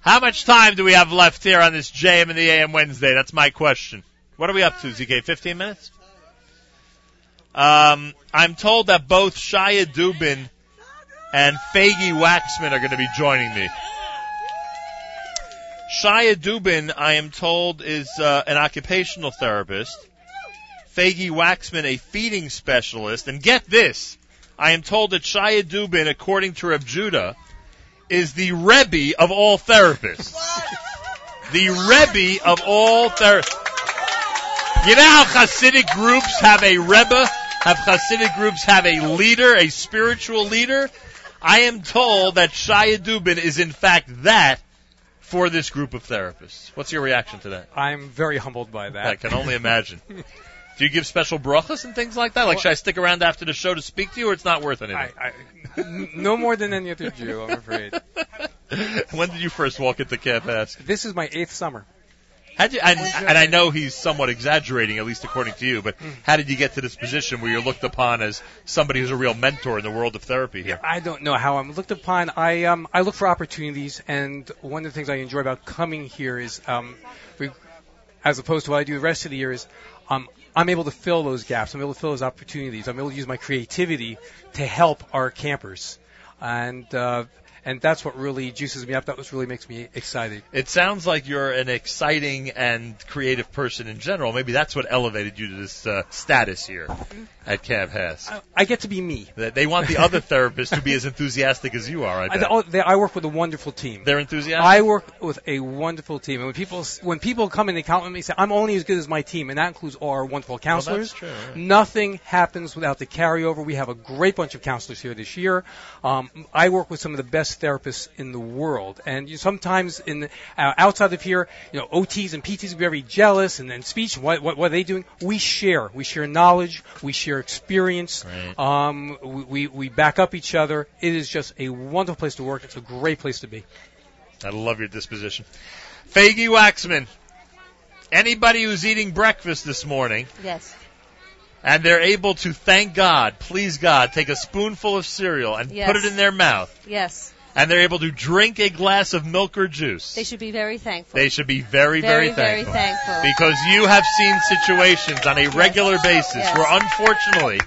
How much time do we have left here on this JM and the AM Wednesday? That's my question. What are we up to, ZK? 15 minutes? Um, I'm told that both Shia Dubin and Faggy Waxman are going to be joining me. Shia Dubin, I am told, is uh, an occupational therapist. Faggy Waxman, a feeding specialist. And get this, I am told that Shia Dubin, according to Reb Judah, is the Rebbe of all therapists. The Rebbe of all therapists. You know how Hasidic groups have a Rebbe, have Hasidic groups have a leader, a spiritual leader? I am told that Shia Dubin is in fact that for this group of therapists. What's your reaction to that? I'm very humbled by that. I can only imagine. Do you give special brachas and things like that? Like, should I stick around after the show to speak to you, or it's not worth anything? I, I, n- no more than any other Jew, I'm afraid. when did you first walk into Camp Ask? This is my eighth summer. How did you, and, and I know he's somewhat exaggerating, at least according to you, but Hmm. how did you get to this position where you're looked upon as somebody who's a real mentor in the world of therapy here? I don't know how I'm looked upon. I um I look for opportunities, and one of the things I enjoy about coming here is um, we, as opposed to what I do the rest of the year is um I'm able to fill those gaps. I'm able to fill those opportunities. I'm able to use my creativity to help our campers, and uh, and that's what really juices me up. That what really makes me excited. It sounds like you're an exciting and creative person in general. Maybe that's what elevated you to this uh, status here Mm-hmm. at Camp Hess. I, I get to be me. That They want the other therapists to be as enthusiastic as you are. I I, bet. oh, they- I work with a wonderful team. They're enthusiastic. I work with a wonderful team, and when people when people come in and count with me, say I'm only as good as my team, and that includes all our wonderful counselors. true, right. Nothing happens without the carryover. We have a great bunch of counselors here this year. Um, I work with some of the best therapists in the world, and you, sometimes in the, uh, outside of here, you know, OTs and PTs will be very jealous, and then speech. What, what what are they doing? We share. We share knowledge. We share experience. Right. Um, we, we we back up each other. It is just a wonderful place to work. It's a great place to be. I love your disposition. Faggy Waxman. Anybody who's eating breakfast this morning Yes. and they're able to thank God, please God, take a spoonful of cereal and Yes. put it in their mouth, Yes. and they're able to drink a glass of milk or juice, They should be very thankful. they should be very, very, very thankful. Because you have seen situations on a regular basis Yes. where unfortunately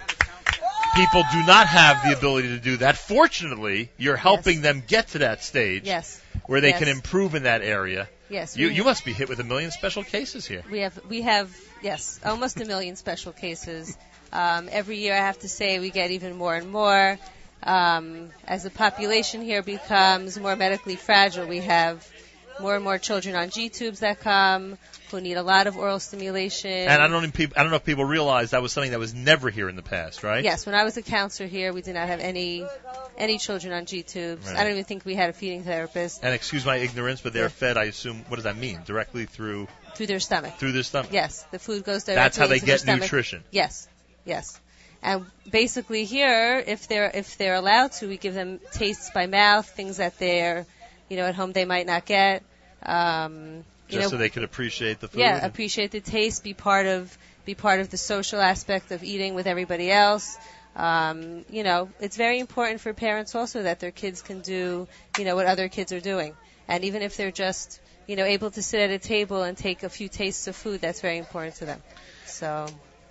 people do not have the ability to do that. Fortunately, you're helping them get to that stage yes. where they Yes. Mm-hmm. can improve in that area. Yes. You, we, you must be hit with a million special cases here. we have we have yes almost a million special cases. Um, every year, I have to say, we get even more and more. Um, as the population here becomes more medically fragile, we have more and more children on G tubes that come who need a lot of oral stimulation. And I don't, even peop- I don't know if people realize that was something that was never here in the past, right? Yes, when I was a counselor here, we did not have any any children on G tubes. Right. I don't even think we had a feeding therapist And excuse my ignorance, but they're fed, I assume, what does that mean? Directly through through their stomach. through their stomach. Yes, the food goes directly That's how they into their get stomach. nutrition. Yes, yes. And basically here, if they're if they're allowed to, we give them tastes by mouth, things that they're, you know, at home they might not get. Um, you Just so know, they could appreciate the food. yeah, appreciate the taste, be part of be part of the social aspect of eating with everybody else. Um, you know, it's very important for parents also that their kids can do, you know, what other kids are doing. And even if they're just, you know, able to sit at a table and take a few tastes of food, that's very important to them. So,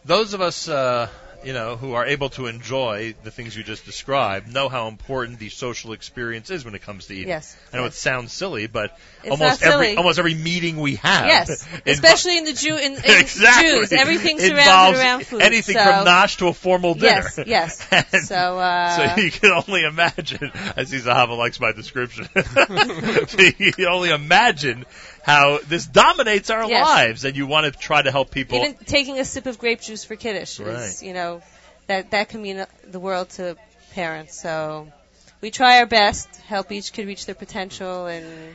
those of us, uh, you know, who are able to enjoy the things you just described, know how important the social experience is when it comes to eating. Yes, I know yes. it sounds silly, but It's almost not every silly. almost every meeting we have, yes, invo- especially in the Jew in, in exactly, Jews, everything's involves surrounded around food. Anything so, from nosh to a formal dinner. Yes, yes. And so, uh, so you can only imagine. I see Zahava likes my description. so you can only imagine how this dominates our Yes. lives, and you want to try to help people. even taking a sip of grape juice for kiddish Right. is you know that that can mean the world to parents so we try our best help each kid reach their potential and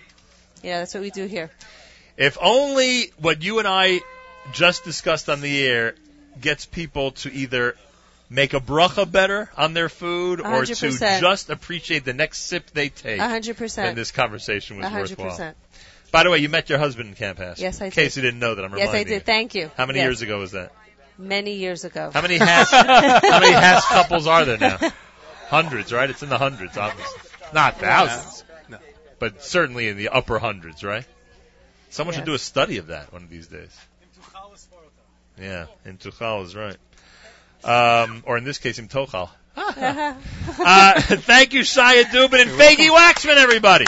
you know that's what we do here If only what you and I just discussed on the air gets people to either make a bracha better on their food or to 100%. just appreciate the next sip they take. a Then hundred percent this conversation was a hundred worthwhile. percent By the way, you met your husband in Camp Hass. Yes, I In case you didn't know that, I'm yes reminding i did thank you you. How many Yes. years ago was that? many years ago How many Hass, how many Hass couples are there now? Hundreds, right? It's in the hundreds, obviously. Not thousands. No. but certainly in the upper hundreds, right? Someone should Yes. do a study of that one of these days. Yeah, in Tuchal is right. Um, or in this case, in Tochal. uh, thank you, Shia Dubin and Faggy Waxman, everybody.